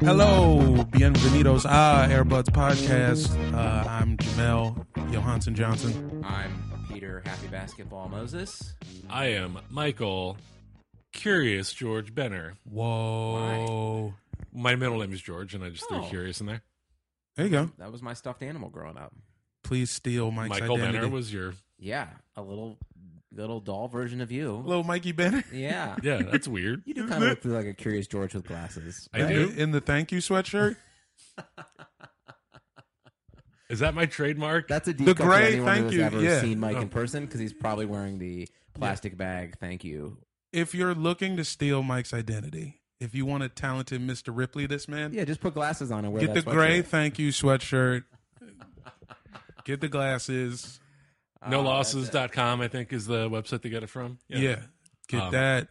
Hello, bienvenidos a Airbuds Podcast. Uh, I'm Jamel Johansson Johnson. I'm Peter Happy Basketball Moses. I am Michael Curious George Benner. Whoa. Why? My middle name is George, and I just oh. threw curious in there. There you go. That was my stuffed animal growing up. Please steal Mike's Michael identity. Benner was your yeah, a little little doll version of you. Little Mikey Benner. Yeah. Yeah, that's weird. you do kind of look like a curious George with glasses. I do. In the thank you sweatshirt. Is that my trademark? That's a deep the gray. Anyone thank who's you. Ever yeah. seen Mike oh. in person because he's probably wearing the plastic yeah. bag. Thank you. If you're looking to steal Mike's identity, if you want a talented Mr. Ripley, this man, yeah, just put glasses on and Get the gray thank you sweatshirt. get the glasses. NoLosses.com, I think, is the website they get it from. Yeah. yeah get um, that.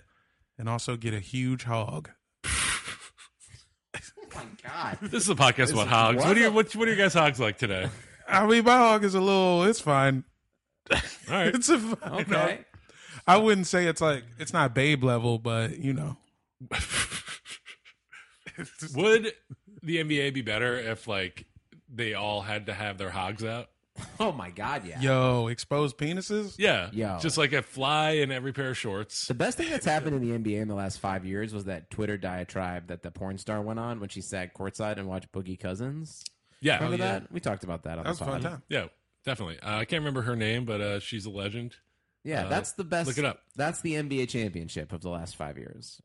And also get a huge hog. oh my God. This is a podcast this about hogs. What, what are your what, what, are your guys' hogs like today? I mean, my hog is a little, it's fine. All right. it's a fine Okay. Hog. I wouldn't say it's like, it's not babe level, but you know. Would the NBA be better if, like, they all had to have their hogs out? Oh my god, yeah. Yo, exposed penises? Yeah. Yo. Just like a fly in every pair of shorts. The best thing that's happened in the NBA in the last five years was that Twitter diatribe that the porn star went on when she sat courtside and watched Boogie Cousins. Yeah. Remember oh, yeah. that? We talked about that on that was the pod. Fun time. Yeah, definitely. Uh, I can't remember her name, but uh, she's a legend. Yeah, uh, that's the best. Look it up. That's the NBA championship of the last five years.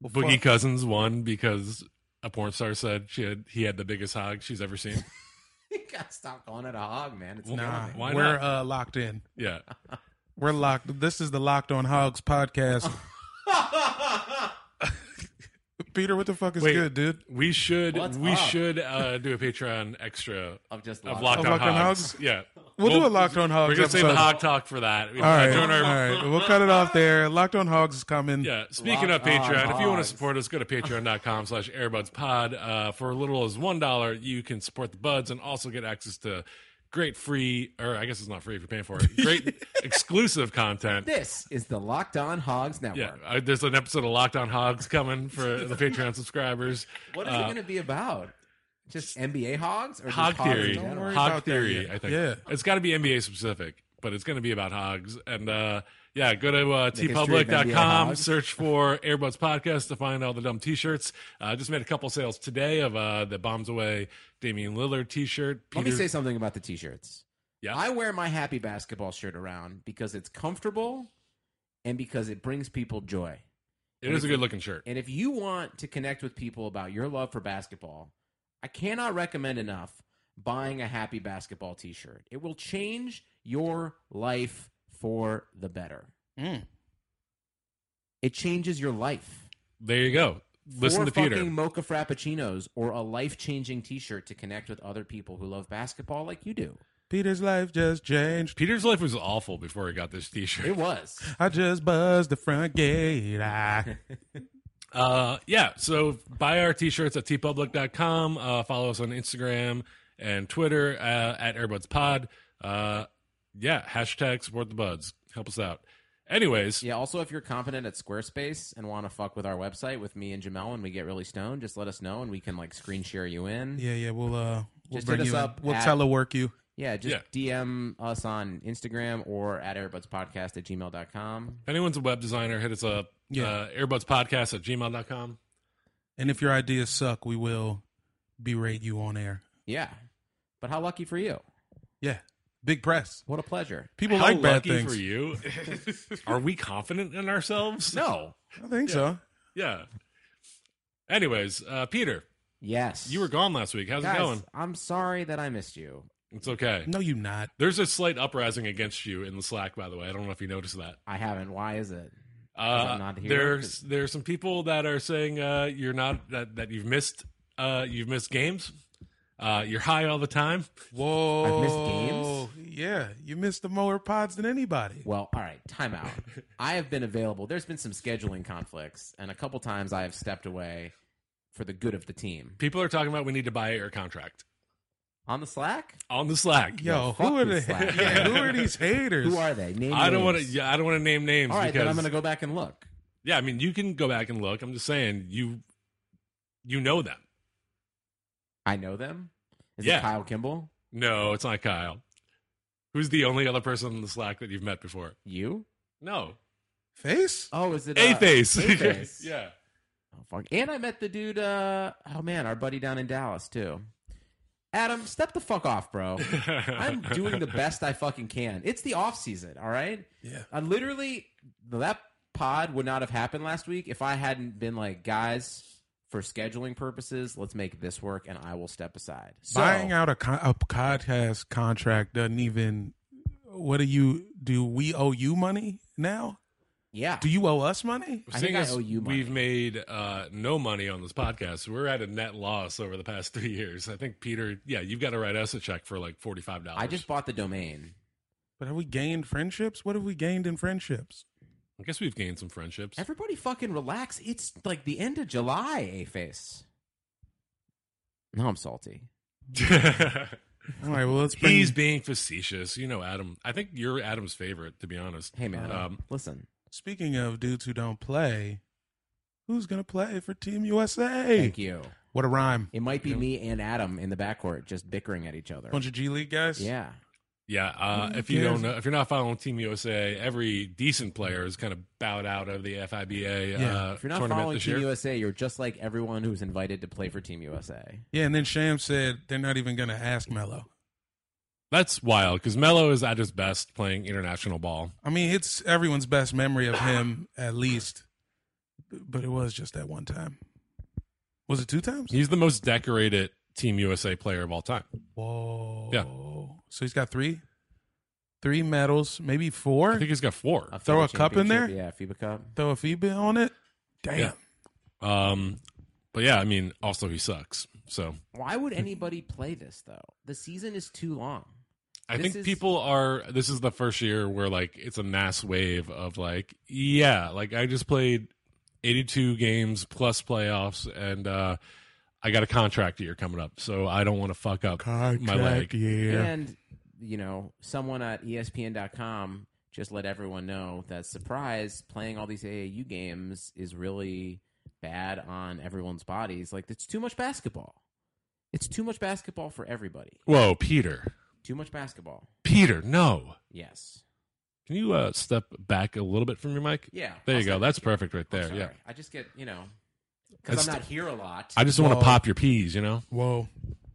Well, Boogie fuck. Cousins won because a porn star said she had, he had the biggest hog she's ever seen. you gotta stop calling it a hog, man. It's well, nah, why we're not? Uh, locked in. Yeah, we're locked. This is the Locked On Hogs podcast. Peter, what the fuck is Wait, good, dude? We should What's we up? should uh, do a Patreon extra of just locked, of locked, of on, locked on, hogs. Yeah, we'll, we'll, do a Locked On Hogs. We're gonna save episode. the hog talk for that. We all right, our... all right. We'll cut it off there. Locked On Hogs is coming. Yeah. Speaking locked of Patreon, if you want hogs. to support us, go to Patreon.com/slash AirbudsPod. Uh, for as little as one dollar, you can support the buds and also get access to great free, or I guess it's not free if you're paying for it, great exclusive content. This is the Locked On Hogs Network. Yeah, there's an episode of Locked On Hogs coming for the Patreon subscribers. What is uh, it going to be about? Just NBA hogs or hog theory? Hogs hog theory, I think. Yeah, it's got to be NBA specific, but it's going to be about hogs. And uh, Yeah, go to uh, The history of NBA tpublic.com, Hog. search for Airbuds Podcast to find all the dumb t shirts. Uh, just made a couple sales today of uh, the Bombs Away Damian Lillard t shirt. Let me say something about the t-shirts. Yeah. I wear my happy basketball shirt around because it's comfortable and because it brings people joy. It And is a if you- good-looking shirt. And if you want to connect with people about your love for basketball, I cannot recommend enough buying a happy basketball t-shirt. It will change your life for the better. It changes your life. There you go. Listen Four to Peter. fucking mocha frappuccinos or a life-changing t-shirt to connect with other people who love basketball like you do. Peter's life just changed. Peter's life was awful before he got this t shirt. It was. I just buzzed the front gate. Ah, I. Uh, yeah. So buy our t-shirts at tpublic.com. Uh, follow us on Instagram and Twitter uh, at AirbudsPod. Uh, yeah. Hashtag support the buds. Help us out. Anyways, Yeah, also if you're competent at Squarespace and want to fuck with our website with me and Jamel when we get really stoned, just let us know and we can like screen share you in. Yeah, yeah. We'll uh, we'll Just bring hit us you. in. up We'll at- telework you. Yeah, just DM us on Instagram or at airbudspodcast at gmail.com. if anyone's a web designer, hit us up. Yeah. Uh, AirbudsPodcast at gmail.com. And if your ideas suck, we will berate you on air. Yeah. But how lucky for you. Yeah. Big press. What a pleasure. People How like bad lucky things. for you. Are we confident in ourselves? No. I think so. Yeah. Anyways, uh, Peter, Yes. you were gone last week. How's Guys, it going? I'm sorry that I missed you. It's okay. No, you not. There's a slight uprising against you in the Slack, by the way. I don't know if you noticed that. I haven't. Why is it? 'Cause Uh, I'm not here? There's there's some people that are saying uh, you're not that, that you've missed uh, you've missed games. Uh, you're high all the time. Whoa. I've missed Yeah. You missed the more pods than anybody. Well, all right, time out. I have been available. There's been some scheduling conflicts, and a couple times I have stepped away for the good of the team. People are talking about we need to buy your contract On the Slack? on the Slack. Yo, fuck who are this the, lad. yeah, who are these haters? Who are they? Name I don't want to. names. Yeah, I don't want to name names All right, because then I'm going to go back and look. yeah, I mean you can go back and look. I'm just saying you you know them. I know them. Is Yeah. it Kyle Kimball? No, it's not Kyle. Who's the only other person on the Slack that you've met before? You? No, Face? Oh, is it uh, Atheist. Atheist. yeah. Oh, fuck. And I met the dude. Uh, oh man, our buddy down in Dallas too. Adam, step the fuck off, bro. I'm doing the best I fucking can. It's the off season, all right. Yeah. I literally that pod would not have happened last week if I hadn't been like, guys, for scheduling purposes, let's make this work, and I will step aside. So, Buying out a, con- a podcast contract doesn't even. What do you do? We owe you money now? yeah, Do you owe us money? I think Seeing I as owe you money. We've made uh, no money on this podcast. We're at a net loss over the past three years. I think Peter, yeah, you've got to write us a check for like forty five dollars. I just bought the domain. But have we gained friendships? What have we gained in friendships? I guess we've gained some friendships. Everybody fucking relax. It's like the end of July, A face. No, I'm salty. All right, well, let's bring. He's being facetious. You know, Adam. I think you're Adam's favorite, to be honest. Hey man, Um, listen. Speaking of dudes who don't play, who's going to play for Team USA? Thank you. What a rhyme. It might be me and Adam in the backcourt just bickering at each other. Bunch of G League guys? Yeah. yeah. Uh, Who if you don't cares? know, if you're not following Team USA, every decent player is kind of bowed out of the FIBA Yeah. uh, If you're not tournament following this Team year. USA, you're just like everyone who's invited to play for Team USA. Yeah, and then Sham said they're not even going to ask Melo. That's wild because Melo is at his best playing international ball. I mean, it's everyone's best memory of him, at least. But it was just that one time. Was it two times? He's the most decorated Team USA player of all time. Whoa. Yeah. So he's got three, three medals, maybe four. I think he's got four. Throw FIBA a cup in there? championship, Yeah, FIBA Cup. Throw a FIBA on it. Damn. Yeah. Um, but yeah, I mean, also he sucks. So Why would anybody play this though? The season is too long. I This think is- people are. This is the first year where like it's a mass wave of like, yeah, like I just played eighty-two games plus playoffs, and uh I got a contract year coming up, so I don't want to fuck up my leg. yeah. And you know, someone at ESPN.com just let everyone know that surprise playing all these AAU games is really bad on everyone's bodies. Like it's too much basketball. It's too much basketball for everybody. Whoa, Peter, Too much basketball. Peter, no, Yes. Can you uh, step back a little bit from your mic? Yeah, There I'll you go. step That's back. perfect right there. Oh, Sorry. Yeah. I just get you know because I'm That's- not here a lot. I just want to pop your peas, you know? Whoa.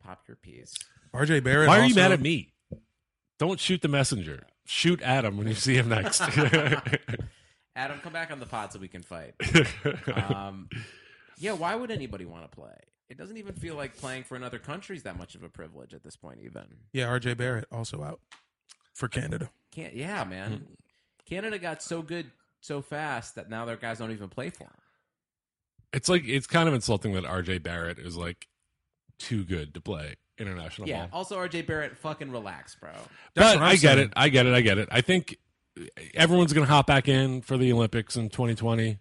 pop your peas. RJ Barrett. Why are you also- mad at me? Don't shoot the messenger. Shoot Adam when you see him next. Adam, come back on the pod so we can fight. um, yeah, why would anybody want to play? It doesn't even feel like playing for another country's that much of a privilege at this point. Even Yeah, RJ Barrett also out for Canada. can't. Yeah, Hmm. man. Canada got so good so fast that now their guys don't even play for them. it's like it's kind of insulting that RJ Barrett is like too good to play international Yeah. ball. Also, RJ Barrett, fucking relax, bro. But I get it. I get it. I get it. I think everyone's going to hop back in for the Olympics in 2020.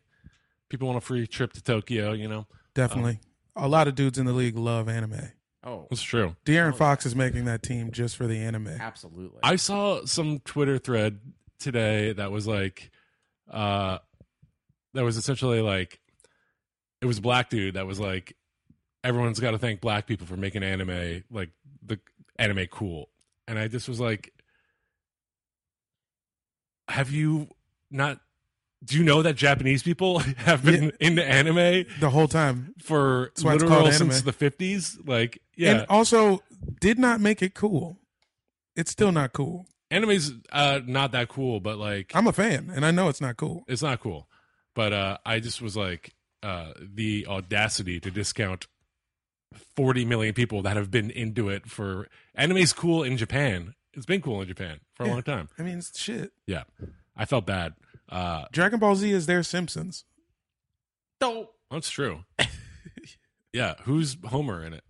People want a free trip to Tokyo, you know? Definitely. Uh-huh. a lot of dudes in the league love anime. Oh, That's true. De'Aaron Fox is making that team just for the anime. Absolutely. I saw some Twitter thread today that was like, uh, that was essentially like, it was a black dude that was like, everyone's got to thank black people for making anime like the anime cool, and I just was like, have you not? Do you know that Japanese people have been into anime the whole time for That's why it's literal called since anime. the fifties? Like, yeah, And also did not make it cool. It's still not cool. anime's uh, not that cool, but like, I'm a fan and I know it's not cool. it's not cool. But uh, I just was like uh, the audacity to discount 40 million people that have been into it for anime's cool in Japan. It's been cool in Japan for a Yeah. long time. I mean, it's shit. Yeah, I felt bad. Uh, Dragon Ball Z is their Simpsons. No. that's true. yeah, who's Homer in it?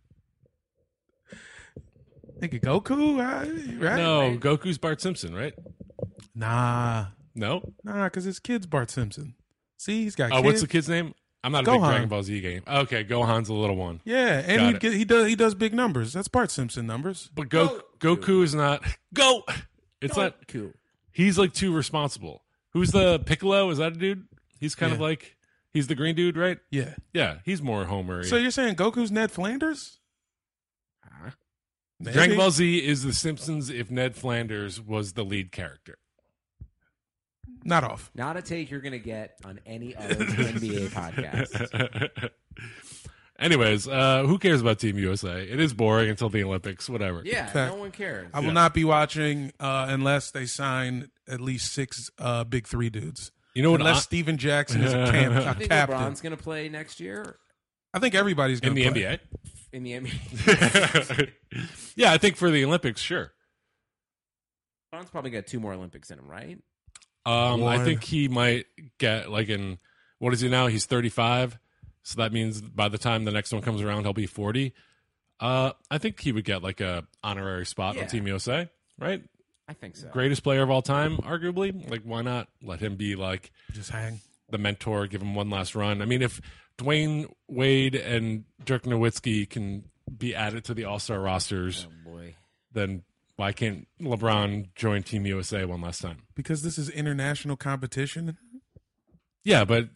Nigga Goku, right? right? no, Goku's Bart Simpson, right? Nah. No. Nah, cuz his kid's Bart Simpson. See, he's got Oh, what's the kids. kid's name? I'm not a big Gohan. Dragon Ball Z game. Okay, Gohan's the little one. Yeah, and he Got it. get, he does he does big numbers. That's Bart Simpson numbers. But Go- Goku is not go. It's not Cool. He's like too responsible. Who's the Piccolo? Is that a dude? He's kind of Yeah. like he's the green dude, right? Yeah. Yeah, he's more Homer. So you're saying Goku's Ned Flanders? Maybe. Dragon Ball Z is the Simpsons if Ned Flanders was the lead character. Not off. Not a take you're gonna get on any other NBA podcast. Anyways, uh, who cares about Team USA? It is boring until the Olympics. Whatever. Yeah, Fact. no one cares. I will not be watching uh, unless they sign at least six uh, big three dudes. You know what Unless I- Steven Jackson is a, camp, Do you a think captain. LeBron's gonna play next year I think everybody's going in the in the NBA? NBA. yeah, I think for the Olympics, sure. LeBron's probably got two more Olympics in him, right? Um, I One. think he might get like in what is he now? He's thirty five, so that means by the time the next one comes around, he'll be forty. Uh, I think he would get like a honorary spot Yeah. on Team USA, right? I think so. Greatest player of all time, arguably. Like, why not let him be like Just hang. the mentor? Give him one last run. I mean, if Dwayne Wade and Dirk Nowitzki can be added to the All Star rosters, Oh boy. then why can't LeBron join Team USA one last time? Because this is international competition. Yeah, but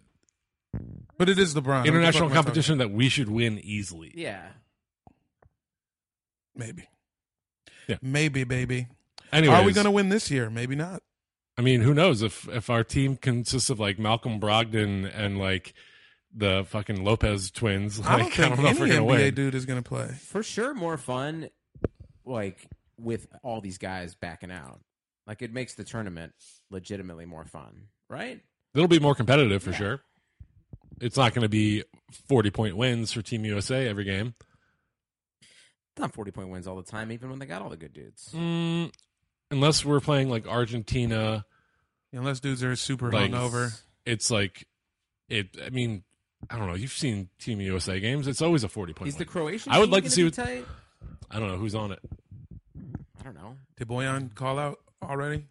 But it is LeBron. What the fuck international am I talking competition that we should win easily. Yeah. about? Maybe. Yeah. Maybe, baby. Anyways, Are we going to win this year? Maybe not. I mean, who knows if if our team consists of like Malcolm Brogdon and like the fucking Lopez twins? Like, I don't think know if we're any NBA gonna win. dude is going to play. For sure more fun like with all these guys backing out. Like it makes the tournament legitimately more fun, right? It'll be more competitive for sure. It's not going to be forty point wins for Team USA every game. Not forty point wins all the time, even when they got all the good dudes. Mm, unless we're playing like Argentina, Unless dudes are super Like- hungover. it's like it. I mean, I don't know. You've seen Team USA games; it's always a forty point. Is the win. Croatian? I would team like to gonna see be what- tight? I don't know who's on it. I don't know. Did Boyan call out already?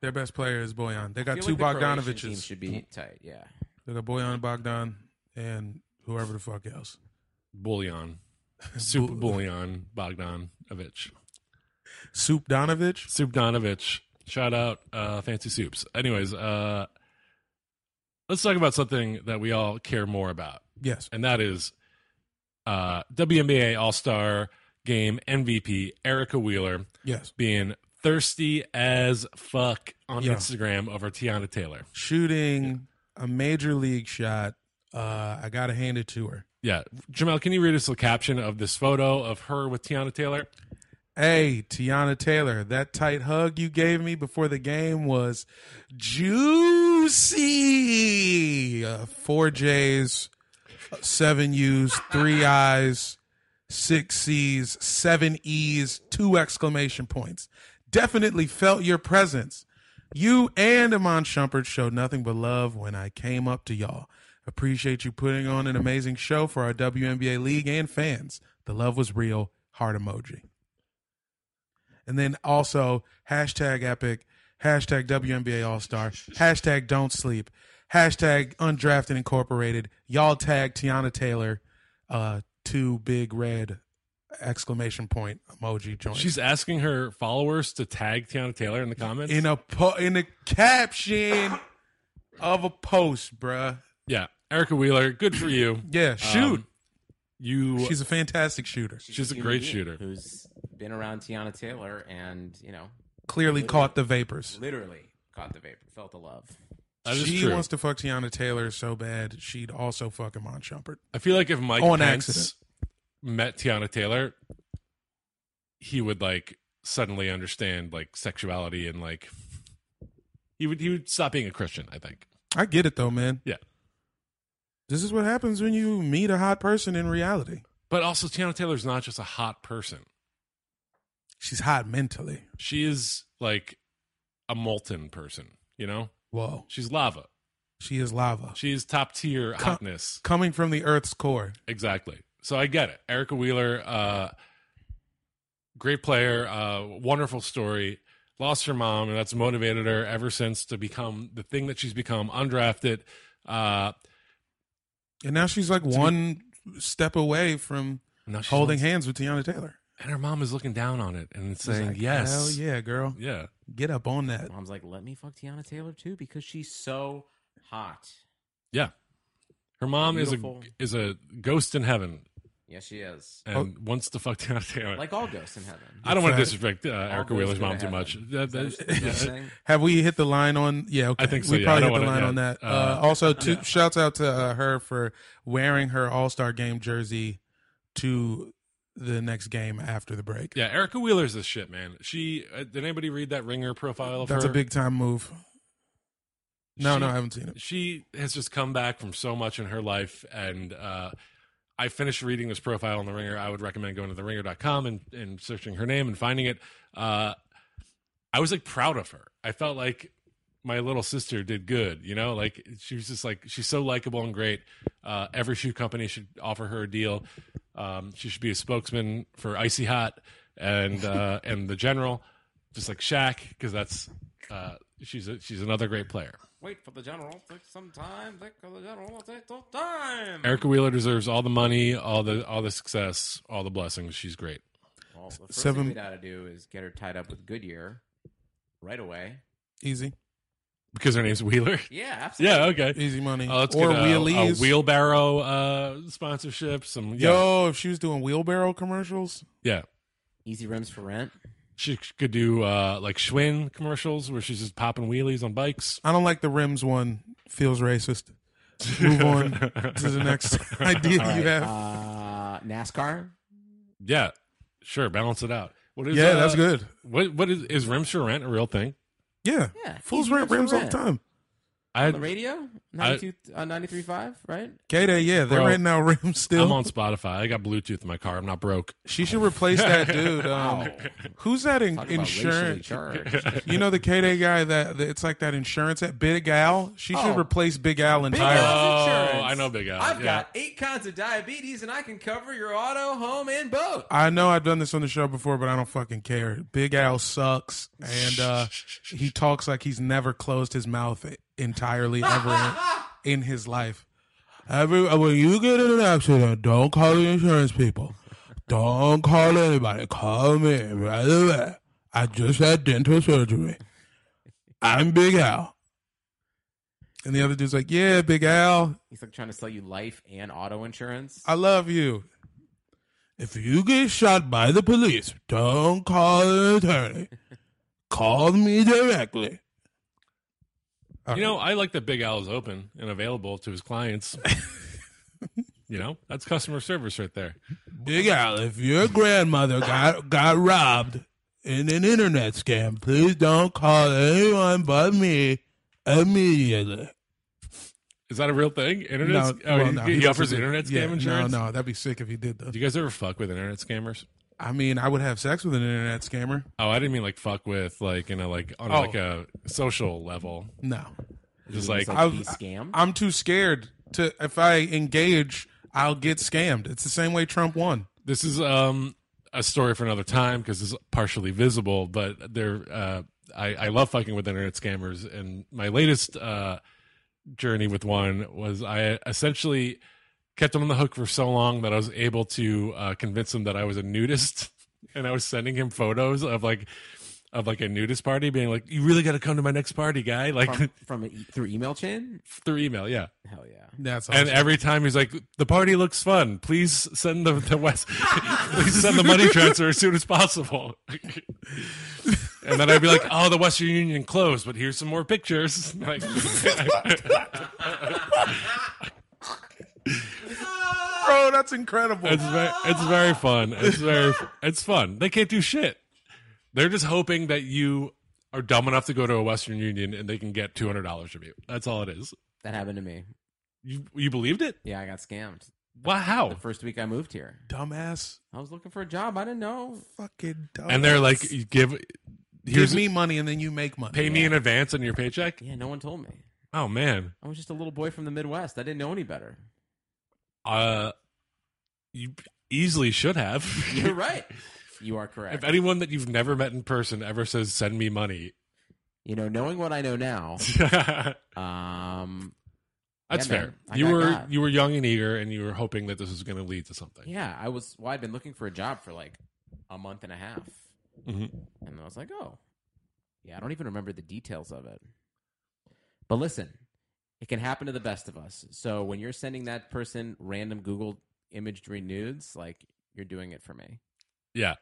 Their best player is Boyan. They got I two feel like the Croatian team Bogdanoviches. should be tight. Yeah. They got Boyan Bogdan and whoever the fuck else. Bullion, Super Bull- Bullion Bogdanovich. Soup Donovich. Soup Donovich. Shout out uh, Fancy Soups. Anyways, uh, let's talk about something that we all care more about, Yes. and that is uh, WNBA All Star Game MVP Erica Wheeler Yes. being thirsty as fuck on Yeah. Instagram over Tiana Taylor. shooting a major league shot. Uh, I gotta hand it to her. Yeah, Jamel, can you read us the caption of this photo of her with Tiana Taylor? Hey, Tiana Taylor, that tight hug you gave me before the game was juicy. Uh, four J's, seven U's, three I's, six C's, seven E's, two exclamation points. Definitely felt your presence. You and Amon Shumpert showed nothing but love when I came up to y'all. Appreciate you putting on an amazing show for our WNBA league and fans. The love was real. Heart emoji. And then also hashtag epic, hashtag WNBA All Star, hashtag don't sleep, hashtag undrafted incorporated. Y'all tag Tiana Taylor, uh, two big red exclamation point emoji joint. She's asking her followers to tag Tiana Taylor in the comments. in a po- in a caption of a post, bruh. yeah, Erica Wheeler, good for you. Yeah, shoot. you. She's a fantastic shooter. She's a human great being shooter. who's been around Tiana Taylor and you know Clearly caught the vapors. Literally caught the vapor, felt the love. she wants to fuck Tiana Taylor so bad she'd also fuck Amon Shumpert. I feel like if Mike on Pence accident. met Tiana Taylor, he would like suddenly understand like sexuality and like he would he would stop being a Christian. I think. I get it though, man. Yeah. This is what happens when you meet a hot person in reality. But also, Tiana Taylor's not just a hot person. She's hot mentally. She is like a molten person. You know, Whoa. she's lava. She is lava. She is top tier Co- hotness. Coming from the earth's core. Exactly. So I get it. Erica Wheeler, uh, great player, uh, wonderful story. Lost her mom, and that's motivated her ever since to become the thing that she's become, undrafted. Uh, And now she's like be- one step away from Now she holding wants- hands with Tiana Taylor. and her mom is looking down on it and She's saying, like, "Yes, Hell yeah, girl. yeah." Get up on that. Mom's like, let me fuck Tiana Taylor too because she's so hot. Yeah. Her mom Beautiful. is a is a ghost in heaven Yes, she is. and wants to fuck Tiana Taylor. Like all ghosts in heaven. I don't want to Oh. That's disrespect uh, All Erica ghosts Wheeler's go to mom too heaven. much. That- Is that- that- is that a thing? Have we hit the line on? Yeah, okay. I think so, We yeah. I probably don't hit the wanna- line yeah. on that. Uh, Uh, also, to, shouts out to uh, her for wearing her All Star Game jersey to the next game after the break. yeah, Erica Wheeler's this shit, man. She uh, did anybody read that ringer profile of That's her? a big time move. No, She- no, I haven't seen it. She has just come back from so much in her life. And uh, I finished reading this profile on The Ringer. I would recommend going to theringer.com and, and searching her name and finding it. Uh, I was like proud of her. I felt like my little sister did good, you know, like she was just like, she's so likable and great. Uh, every shoe company should offer her a deal. Um, she should be a spokesman for Icy Hot and, uh, and the general, just like Shaq, because that's, uh, she's a, she's another great player. Wait for the general. Take some time. Take for the general. Take some time. Erica Wheeler deserves all the money, all the all the success, all the blessings. She's great. Well, the first Seven- thing we gotta do is get her tied up with Goodyear right away. Easy, Because her name's Wheeler. Yeah, absolutely. Yeah, okay. easy money. Uh, let's or get a, a wheelies. wheelbarrow uh, sponsorship. Some yeah, Yo, if she was doing wheelbarrow commercials, yeah. Easy rims for rent. She could do uh, like Schwinn commercials where she's just popping wheelies on bikes. I don't like the rims one. Feels racist. Move on to the next idea All right, you have. uh, NASCAR. Yeah, sure. Balance it out. What yeah, uh, that's good. What what is is rims for rent a real thing? Yeah, Yeah, fools easy rent rims rims for all the time. I On the radio, I- 92, uh, 93.5, right? K Day, yeah, they're Bro, renting out rims still. I'm on Spotify. I got Bluetooth in my car. I'm not broke. She should replace that dude. Um, Wow. Who's that in, Talk insurance? about racially charged. You know the K Day guy that, that- it's like that insurance at Big Al. She should Oh. replace Big Al Big entirely. Al's Oh, insurance. I know Big Al, I've yeah. got eight kinds of diabetes, and I can cover your auto, home, and boat. I know I've done this on the show before, but I don't fucking care. Big Al sucks, and uh, he talks like he's never closed his mouth entirely ever in, in his life. Every when you get in an accident, don't call the insurance people. Don't call anybody. Call me right away. I just had dental surgery. I'm Big Al. And the other dude's like, "Yeah, Big Al, He's like trying to sell you life and auto insurance. I love you. If you get shot by the police, don't call an attorney. Call me directly. you know, I like that Big Al is open and available to his clients. you know, that's customer service right there. Big Al, if your grandmother got got robbed in an internet scam, please don't call anyone but me immediately. Is that a real thing? Internet? No, sc- oh, well, he- no, he, doesn't offers do- internet scam yeah, insurance. No, no, that'd be sick if he did though. Do you guys ever fuck with internet scammers? I mean, I would have sex with an internet scammer. Oh, I didn't mean like fuck with like you know like on Oh. like a social level. No. Just like I- I, am too scared to. If I engage, I'll get scammed. It's the same way Trump won. This is um a story for another time because it's partially visible, but they're uh, I I love fucking with internet scammers, and my latest uh journey with one was I essentially kept them on the hook for so long that I was able to uh, convince him that I was a nudist, and I was sending him photos of like. Of like a nudist party, being like, "You really got to come to my next party, guy!" Like From- from a, through email chain, through email, yeah. Hell yeah. That's and every time he's like, "The party looks fun. Please send the the West. please send the money transfer as soon as possible." and then I'd be like, "Oh, the Western Union closed, but here's some more pictures." Like, Bro, that's incredible. it's very, it's very fun. It's very, it's fun. They can't do shit. They're just hoping that you are dumb enough to go to a Western Union and they can get two hundred dollars from you. That's all it is. That happened to me. You you believed it? Yeah, I got scammed. Wow, how? The first week I moved here, Dumbass. I was looking for a job. I didn't know. Fucking dumbass. And they're like, you "Give, here's give me money and then you make money. pay me in advance on your paycheck." Yeah, no one told me. Oh man. I was just a little boy from the Midwest. I didn't know any better. Uh, you easily should have. You're right. You are correct. if anyone that you've never met in person ever says "send me money," you know, knowing what I know now, that's um, yeah, fair. man, I you got were got. you were young and eager, and you were hoping that this was going to lead to something. yeah, I was. Well, I'd been looking for a job for like a month and a half, Mhm. and I was like, oh, yeah, I don't even remember the details of it. But listen, it can happen to the best of us. So when you're sending that person random Google imagery nudes, like you're doing it for me. Yeah.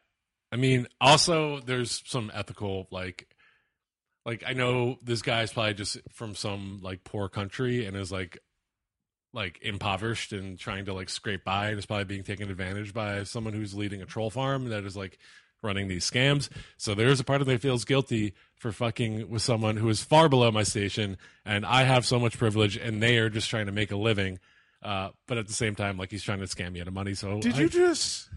I mean, also there's some ethical like like I know this guy's probably just from some like poor country and is like like impoverished and trying to like scrape by and is probably being taken advantage by someone who's leading a troll farm that is like running these scams. So there's a part of me that feels guilty for fucking with someone who is far below my station and I have so much privilege and they are just trying to make a living. Uh, but at the same time, like he's trying to scam me out of money. So Did I- you just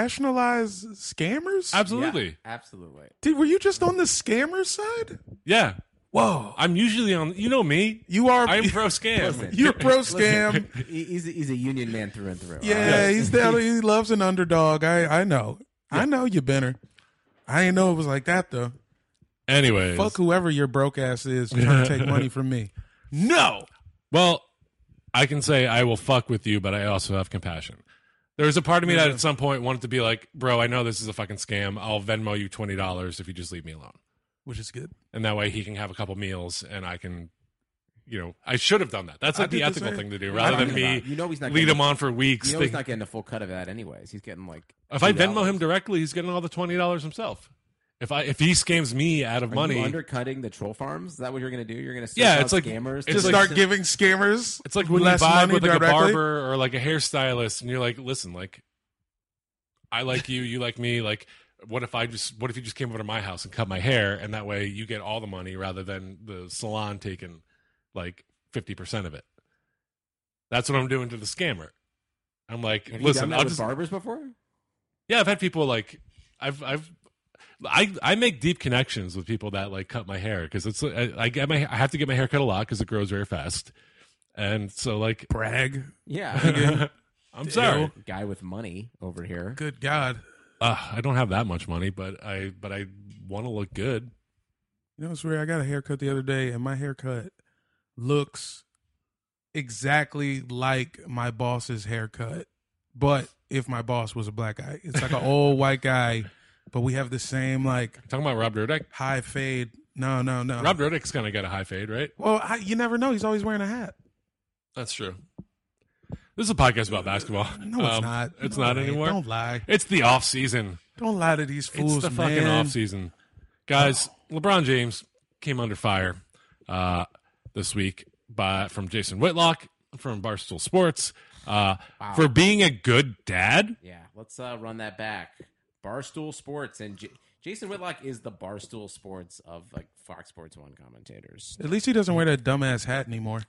rationalize scammers? absolutely? Yeah, absolutely. Did were you just on the scammer side? Yeah. Whoa. I'm usually on. You know me. You are I'm pro scam. Listen. you're pro scam. He- He's a, he's a union man through and through. all Yeah, right? he's down. He loves an underdog. I I know. I know you, Benner. I ain't know it was like that though. Anyways, Fuck whoever your broke ass is trying to take money from me. No. well, I can say I will fuck with you, but I also have compassion. There's a part of me that at some point wanted to be like, bro, I know this is a fucking scam. I'll Venmo you twenty dollars if you just leave me alone, Which is good. and that way he can have a couple meals and I can. You know, I should have done that. That's I like the did the ethical same. thing to do, What rather are you than talking me about? You know he's not lead getting- him on for weeks. You know he's thinking- not getting a full cut of that, anyways. He's getting like. if I $2. Venmo him directly, he's getting all the twenty dollars himself. If I if he scams me out of Are money, you undercutting the troll farms? Is that what you're gonna do? You're gonna search Yeah, out it's like- scammers. it's Just like- start giving scammers. It's like when less you vibe money with like a directly. barber or like a hairstylist, and you're like, listen, like, I like you, you like me. Like, what if I just, what if you just came over to my house and cut my hair, and that way you get all the money rather than the salon taking like fifty percent of it. That's what I'm doing to the scammer. I'm like, Have you listen, done that I'll with just, barbers before? yeah, I've had people like, I've, I've. I, I make deep connections with people that like cut my hair because it's I, I get my I have to get my hair cut a lot because it grows very fast, and so like Brag. Yeah. I'm sorry. Guy with money over here. Good God. Uh, I don't have that much money, but I but I want to look good. You know, it's weird. I got a haircut the other day, and my haircut looks exactly like my boss's haircut. But if my boss was a black guy, it's like an old white guy, but we have the same like Talking about Rob Dyrdek. high fade. No, no, no. Rob Dyrdek's kind of got a high fade, right? well, I, you never know. He's always wearing a hat. That's true. This is a podcast about basketball. No, it's Um, not. It's No, not it ain't. anymore. Don't lie. It's the off season. Don't lie to these fools, it's the fucking man. off season, guys. LeBron James came under fire uh, this week by from Jason Whitlock from Barstool Sports uh, Wow. for being a good dad. Yeah, let's uh, run that back. Barstool Sports and J- Jason Whitlock is the Barstool Sports of like Fox Sports One commentators. At least he doesn't wear that dumbass hat anymore.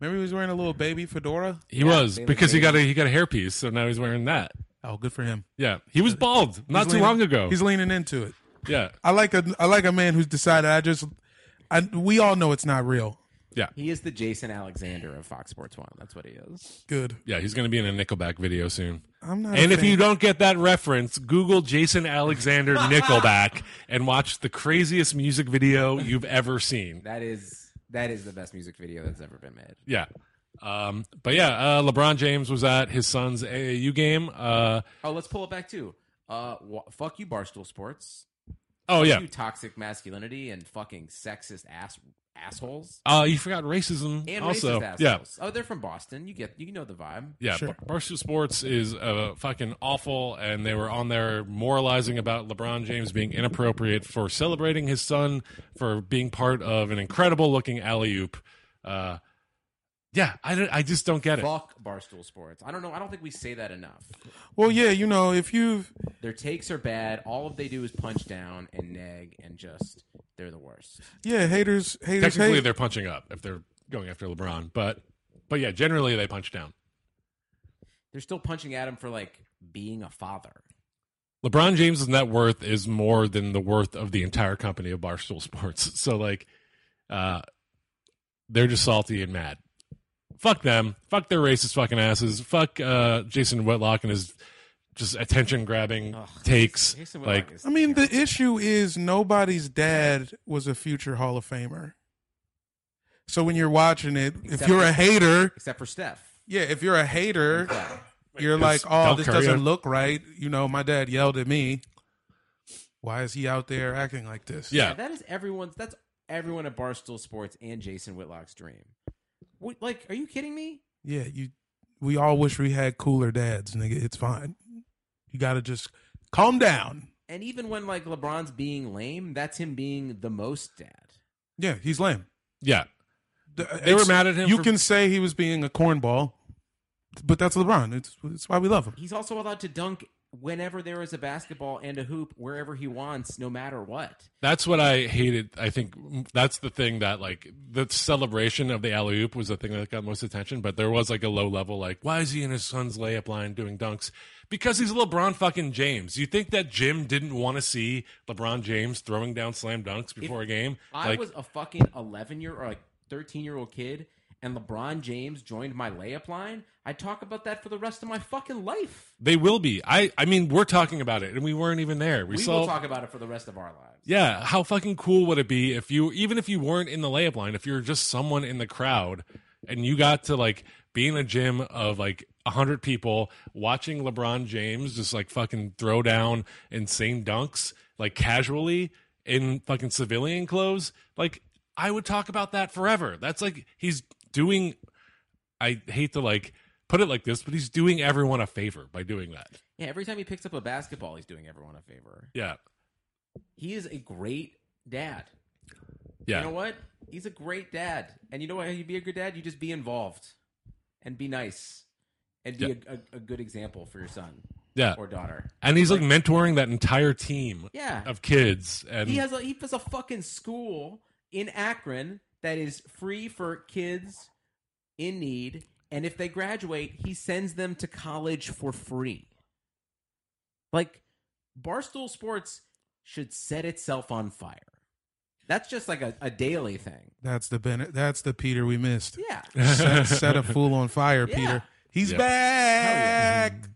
Remember, he was wearing a little baby fedora. He was because he got a he got a hairpiece, so now he's wearing that. Oh, good for him. Yeah, he was bald He's not too leaning- long ago. He's leaning into it. Yeah. I like a I like a man who's decided. I just, I we all know it's not real. Yeah, he is the Jason Alexander of Fox Sports One. That's what he is. Good. Yeah, he's going to be in a Nickelback video soon. I'm not a and if fan. you don't get that reference, Google Jason Alexander Nickelback and watch the craziest music video you've ever seen. That is that is the best music video that's ever been made. Yeah. Um, but yeah, uh, LeBron James was at his son's AAU game. Uh, Oh, let's pull it back too. Uh, wh- fuck you, Barstool Sports. Oh, Fuck yeah. you, toxic masculinity and fucking sexist ass assholes. uh, you forgot racism And also. racist yeah. assholes. Oh, they're from Boston. You get you know the vibe. Yeah, Bar- Barstool Sports is uh, fucking awful, and they were on there moralizing about LeBron James being inappropriate for celebrating his son for being part of an incredible looking alley oop. Uh, yeah, I, don't- I just don't get it. Fuck Barstool Sports. I don't know. I don't think we say that enough. Well, yeah, you know, if you've Their takes are bad. All they do is punch down and nag and just they're the worst. yeah, haters haters Technically, hate. they're punching up if they're going after LeBron, but but yeah, generally they punch down. They're still punching at him for like being a father. LeBron James's net worth is more than the worth of the entire company of Barstool Sports. So like, uh, they're just salty and mad. Fuck them. Fuck their racist fucking asses. Fuck uh, Jason Whitlock and his just attention grabbing takes. Like, I mean, the issue is nobody's dad was a future Hall of Famer. So when you're watching it, if Except you're for- a hater, except for Steph. yeah, if you're a hater, you're Is like, oh, Del this Curry doesn't on- look right. You know, my dad yelled at me. Why is he out there acting like this? that is everyone's. That's everyone at Barstool Sports and Jason Whitlock's dream. What, like, are you kidding me? yeah. You, we all wish we had cooler dads, nigga. It's fine. You got to just calm down. And even when like LeBron's being lame, that's him being the most dad. Yeah, he's lame. Yeah. The- uh, They were it's- mad at him You for- can say he was being a cornball, but that's LeBron. It's, it's why we love him. He's also allowed to dunk whenever there is a basketball and a hoop wherever he wants, no matter what. That's what I hated. I think that's the thing that like the celebration of the alley oop was the thing that got most attention. But there was like a low level like, why is he in his son's layup line doing dunks? Because he's LeBron fucking James. You think that Jim didn't want to see LeBron James throwing down slam dunks before a game? I like, was a fucking eleven year or like thirteen year old kid, and LeBron James joined my layup line. I talk about that for the rest of my fucking life. they will be. I I mean, we're talking about it, and we weren't even there. We, We, saw will talk about it for the rest of our lives. Yeah, how fucking cool would it be if you even if you weren't in the layup line, if you're just someone in the crowd and you got to like be in a gym of like 100 people watching LeBron James just like fucking throw down insane dunks like casually in fucking civilian clothes, like I would talk about that forever. That's like he's doing I hate to like put it like this, but he's doing everyone a favor by doing that. Yeah, every time he picks up a basketball, he's doing everyone a favor. Yeah. He is a great dad. Yeah. You know what? He's a great dad. And you know what? You'd be a good dad. You just be involved and be nice and be Yeah. a, a, a good example for your son Yeah. or daughter. And he's like mentoring that entire team Yeah. of kids. And he has a he has a fucking school in Akron that is free for kids in need, and if they graduate, he sends them to college for free. Like Barstool Sports should set itself on fire. That's just like a, a daily thing. That's the Bennett. That's the Peter we missed. Yeah. set, set a fool on fire, Yeah. Peter. He's Yeah. Mm-hmm. back.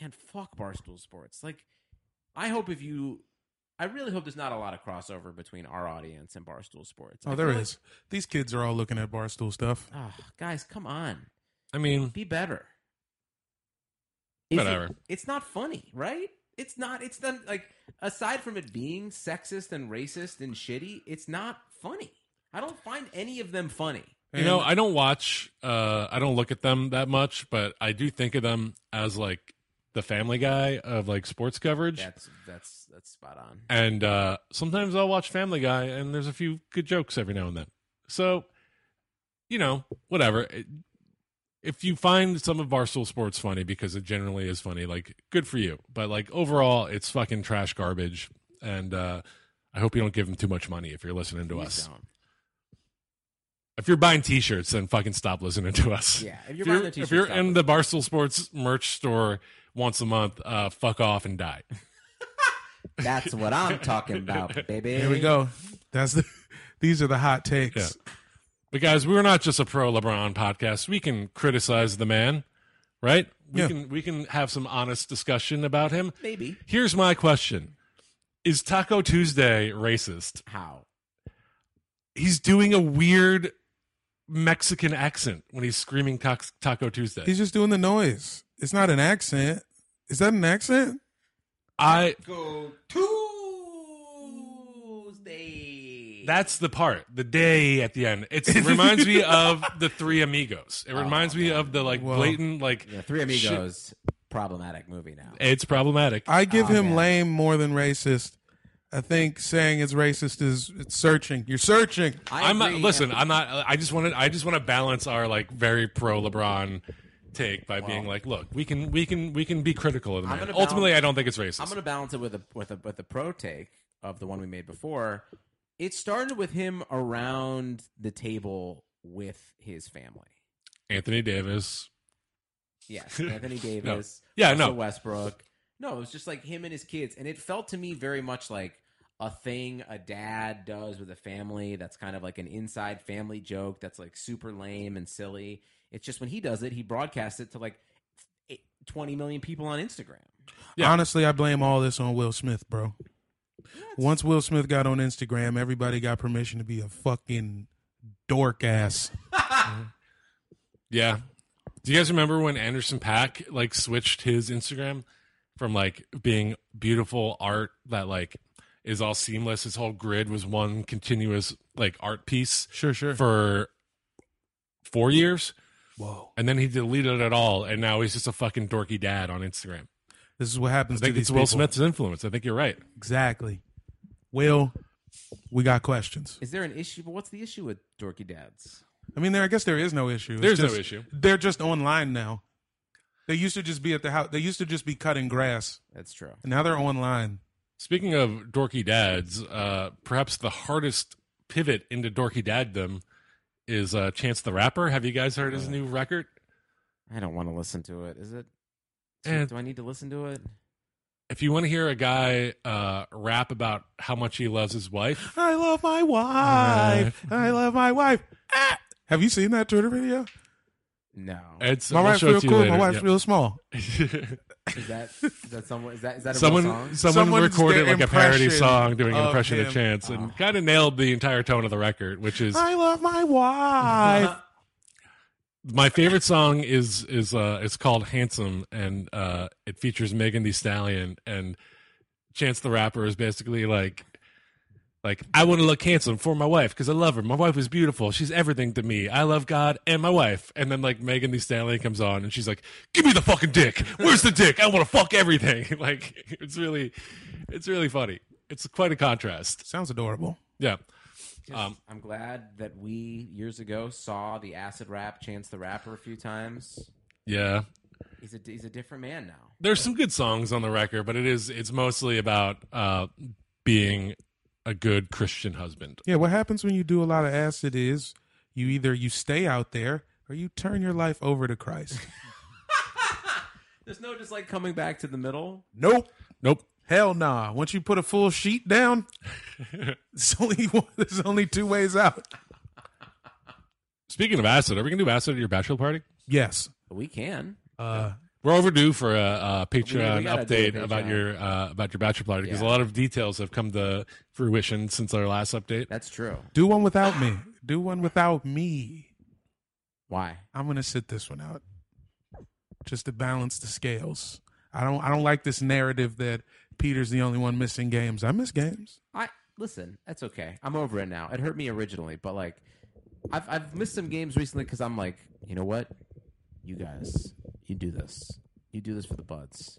Man, fuck Barstool Sports. Like, I hope if you, I really hope there's not a lot of crossover between our audience and Barstool Sports. I Oh, there feel like- is. These kids are all looking at barstool stuff. Ah, guys, come on. I mean, be better. Is it- Whatever. it's not funny, right? It's not. It's not like aside from it being sexist and racist and shitty, it's not funny. I don't find any of them funny. you know, I don't watch, uh, I don't look at them that much, but I do think of them as like the Family Guy of like sports coverage. That's that's that's spot on. And uh, sometimes I'll watch Family Guy, and there's a few good jokes every now and then. So, you know, whatever. It- If you find some of Barstool Sports funny, because it generally is funny, like good for you. But like overall, it's fucking trash garbage. And uh, I hope you don't give them too much money if you're listening to Please us. don't. If you're buying T-shirts, then fucking stop listening to us. Yeah, if you're buying the if t-shirts, you're stop in the Barstool Sports merch store once a month, uh, fuck off and die. That's what I'm talking about, baby. Here we go. That's the. These are the hot takes. But guys, we're not just a pro LeBron podcast. We can criticize the man, right? We Yeah. can we can have some honest discussion about him. Maybe. Here's my question. Is Taco Tuesday racist? How? He's doing a weird Mexican accent when he's screaming Tac- Taco Tuesday. He's just doing the noise. It's not an accent. Is that an accent? I Go Tuesday. That's the part, the day at the end. It's, it reminds me of the Three Amigos. It reminds me of the like Well, blatant like Oh, Yeah, Three shit- Amigos, problematic movie now. It's problematic. I give Aw, him Oh, man. lame more than racist. I think saying it's racist is it's searching. You're searching. I I'm not, agree. listen. I'm not. I just want to. I just want to balance our like very pro LeBron take by being like, look, we can, we can, we can be critical of the I'm man. gonna Ultimately, balance- I don't think it's racist. I'm going to balance it with a with a with a pro take of the one we made before. It started with him around the table with his family. Anthony Davis. Yes, Anthony Davis. Yeah, Russell no. Westbrook. No, it was just like him and his kids, and it felt to me very much like a thing a dad does with a family. That's kind of like an inside family joke. That's like super lame and silly. It's just when he does it, he broadcasts it to like eight- 20 million people on Instagram. Yeah. Honestly, I blame all this on Will Smith, bro. Once Will Smith got on Instagram, everybody got permission to be a fucking dork ass. Yeah. Do you guys remember when Anderson Pack like switched his Instagram from like being beautiful art that like is all seamless? His whole grid was one continuous like art piece Sure, sure. for four years, Whoa. and then he deleted it all, and now he's just a fucking dorky dad on Instagram. This is what I happens to think these it's Will people. Smith's influence. I think you're right. Exactly. Will, we got questions. Is there an issue? But what's the issue with dorky dads? I mean, there. I guess there is no issue. It's There's no just- issue. They're just online now. They used to just be at the house. They used to just be cutting grass. That's true. And now they're online. Speaking of dorky dads, uh, perhaps the hardest pivot into dorky daddom is uh, Chance the Rapper. Have you guys heard his new record? Uh, I don't want to listen to it. Is it? And- do I need to listen to it? If you want to hear a guy uh, rap about how much he loves his wife, I love my wife. I love my wife. Ah! Have you seen that Twitter video? No. it's My we'll wife's show it real to you cool. later. My wife's Yep. real small. Is that is that someone? Is that is that a someone, real song? someone Someone's recorded their like a parody impression song doing an of impression him. Oh, of Chance Oh. and kind of nailed the entire tone of the record, which is I love my wife. my favorite song is is uh it's called handsome and uh it features megan the stallion and chance the rapper is basically like like i want to look handsome for my wife because i love her my wife is beautiful she's everything to me i love god and my wife and then like megan the stallion comes on and she's like give me the fucking dick where's the dick i want to fuck everything like it's really it's really funny it's quite a contrast Sounds adorable. yeah Just- Um, I'm glad that we years ago saw the acid rap Chance the Rapper a few times. yeah He's a he's a different man now. there's some good songs on the record, but it is it's mostly about uh being a good Christian husband. Yeah, what happens when you do a lot of acid is you either you stay out there or you turn your life over to Christ. There's no just like coming back to the middle. nope. Nope. Hell nah. Once you put a full sheet down, there's only one, there's only two ways out. Speaking of acid, are we gonna do acid at your bachelor party? Yes. We can. Uh, We're overdue for a, uh Patreon we gotta do a update Patreon. about your uh, about your bachelor party because Yeah. a lot of details have come to fruition since our last update. That's true. do one without me. Do one without me. Why? I'm gonna sit this one out, just to balance the scales. I don't. I don't like this narrative that Peter's the only one missing games. I miss games. I listen. That's okay. I'm over it now. It hurt me originally, but like, I've I've missed some games recently because I'm like, you know what, you guys, you do this. You do this for the buds.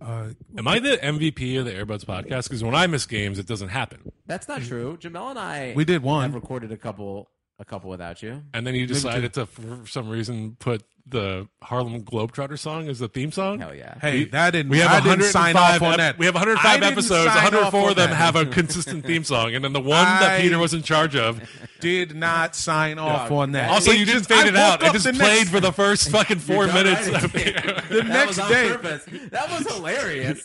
Uh, Am I the MVP of the Airbuds podcast? Because when I miss games, it doesn't happen. That's not true. Jamel and I We did one. have recorded a couple a couple without you. And then you decided to, for some reason, put the Harlem Globetrotter song as the theme song. Hell yeah! Hey, that didn't- I didn't sign off on that. We have I 105 didn't episodes. sign off 104 of on them that. have a consistent theme song, and then the one that I Peter was in charge of did not sign off on that. Also, It you didn't just- I fade it out. woke It up just the played next- for the first fucking four You're darn minutes. right of it the- The next day, That was hilarious.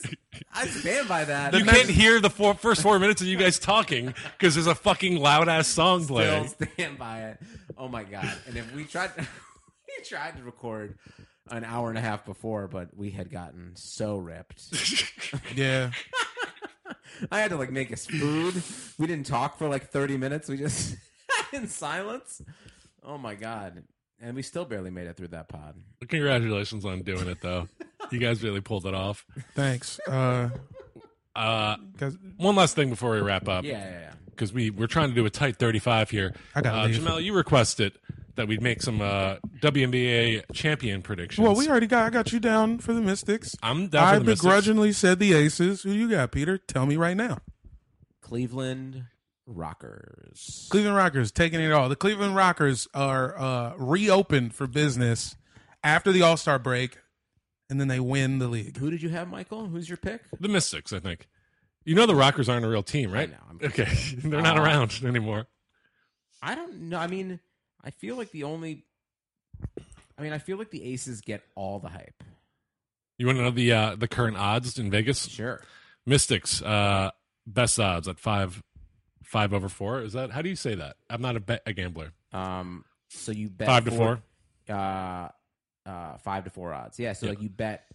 I stand by that. you can't hear the four, first four minutes of you guys talking because there's a fucking loud ass song Still playing. stand by it. Oh my god! And if we tried, we tried to record an hour and a half before, but we had gotten so ripped. yeah. I had to like make us food. We didn't talk for like thirty minutes. We just in silence. Oh my god! And we still barely made it through that pod. Congratulations on doing it, though. you guys really pulled it off. Thanks. Uh, Uh, one last thing before we wrap up. Yeah, yeah, yeah. Because we we're trying to do a tight 35 here. I gotta uh, leave. Jamel, you requested that we'd make some uh, WNBA champion predictions. well, we already got. I got you down for the Mystics. I'm down for I the Mystics. begrudgingly said the Aces. Who you got, Peter? Tell me right now. Cleveland Rockers. Cleveland Rockers taking it all. The Cleveland Rockers are uh, reopened for business after the All Star break, and then they win the league. Who did you have, Michael? Who's your pick? the Mystics, I think. You know the Rockers aren't a real team, right? okay, they're not Uh, around anymore. I don't know. I mean, I feel like the only. I mean, I feel like the Aces get all the hype. You want to know the uh, the current odds in Vegas? Sure. Mystics uh, best odds at five five over four. Is that how do you say that? I'm not a, bet, a gambler. Um, so you bet Five to four, uh, uh, five to four odds. Yeah, so Yeah. like you bet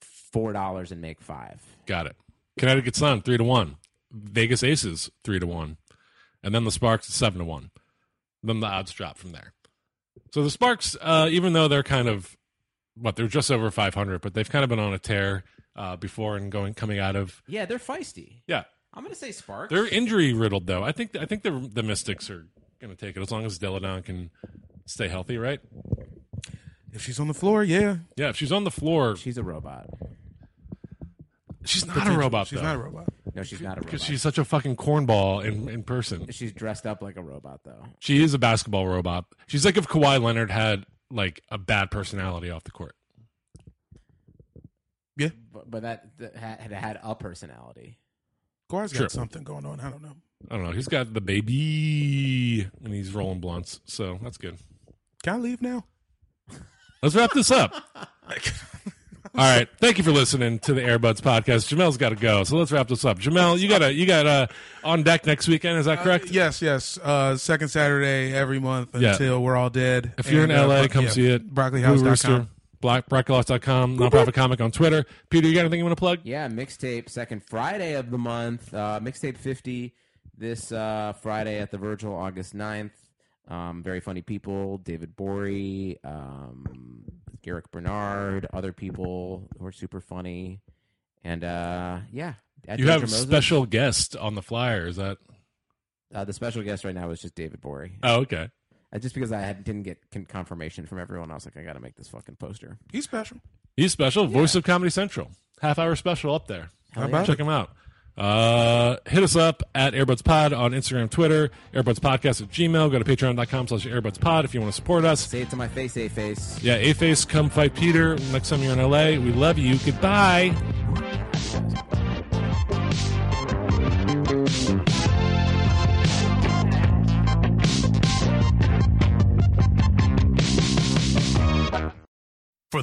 four dollars and make five. Got it. Connecticut Sun three to one. Vegas Aces three to one, and then the Sparks seven to one. Then the odds drop from there. So the Sparks, uh, even though they're kind of what they're just over 500, but they've kind of been on a tear uh, before and going coming out of Yeah, they're feisty. yeah. I'm gonna say Sparks. They're injury riddled though. I think I think the the Mystics are going to take it as long as Deladon can stay healthy, right? If she's on the floor, yeah, Yeah, if she's on the floor, she's a robot. She's not a Potential. robot. She's though. not a robot. No, she's not a robot. because she's such a fucking cornball in in person. She's dressed up like a robot though. She is a basketball robot. She's like if Kawhi Leonard had like a bad personality off the court. But, but that, that had, had had a personality. Guard's Sure. got something going on. I don't know. I don't know. He's got the baby and he's rolling blunts, so that's good. Can I leave now? Let's wrap this up. All right. Thank you for listening to the Airbuds podcast. Jamel's got to go, so let's wrap this up. Jamel, you got to you got uh, on deck next weekend. Is that correct? Yes, yes. Uh, second Saturday every month Yeah. until we're all dead. If you're in And, uh, LA, Bro- come yeah, see it. Blue Rooster, BroccoliHouse.com. Black, BroccoliHouse.com, nonprofit comic on Twitter. Peter, you got anything you want to plug? Yeah, mixtape second Friday of the month. Uh, mixtape 50 this uh, Friday at the Virgil, August 9th. Um, very funny people David Bory, um, Garrick Bernard, other people who are super funny. And uh, yeah. at You have Deirdre Moses. special guest on the flyer. Is that? Uh, the special guest right now is just David Bory. Oh, okay. Uh, just because I had, didn't get con- confirmation from everyone, I was like, I got to make this fucking poster. He's special. He's special. Voice of Comedy Central. Half hour special up there. How about Check him out. Uh, hit us up at AirbudsPod on Instagram, Twitter, AirbudsPodcast at Gmail. Go to patreon.com slash AirbudsPod if you want to support us. Say it to my face, A face. Yeah, A Face, come fight Peter next time you're in LA. We love you. Goodbye. For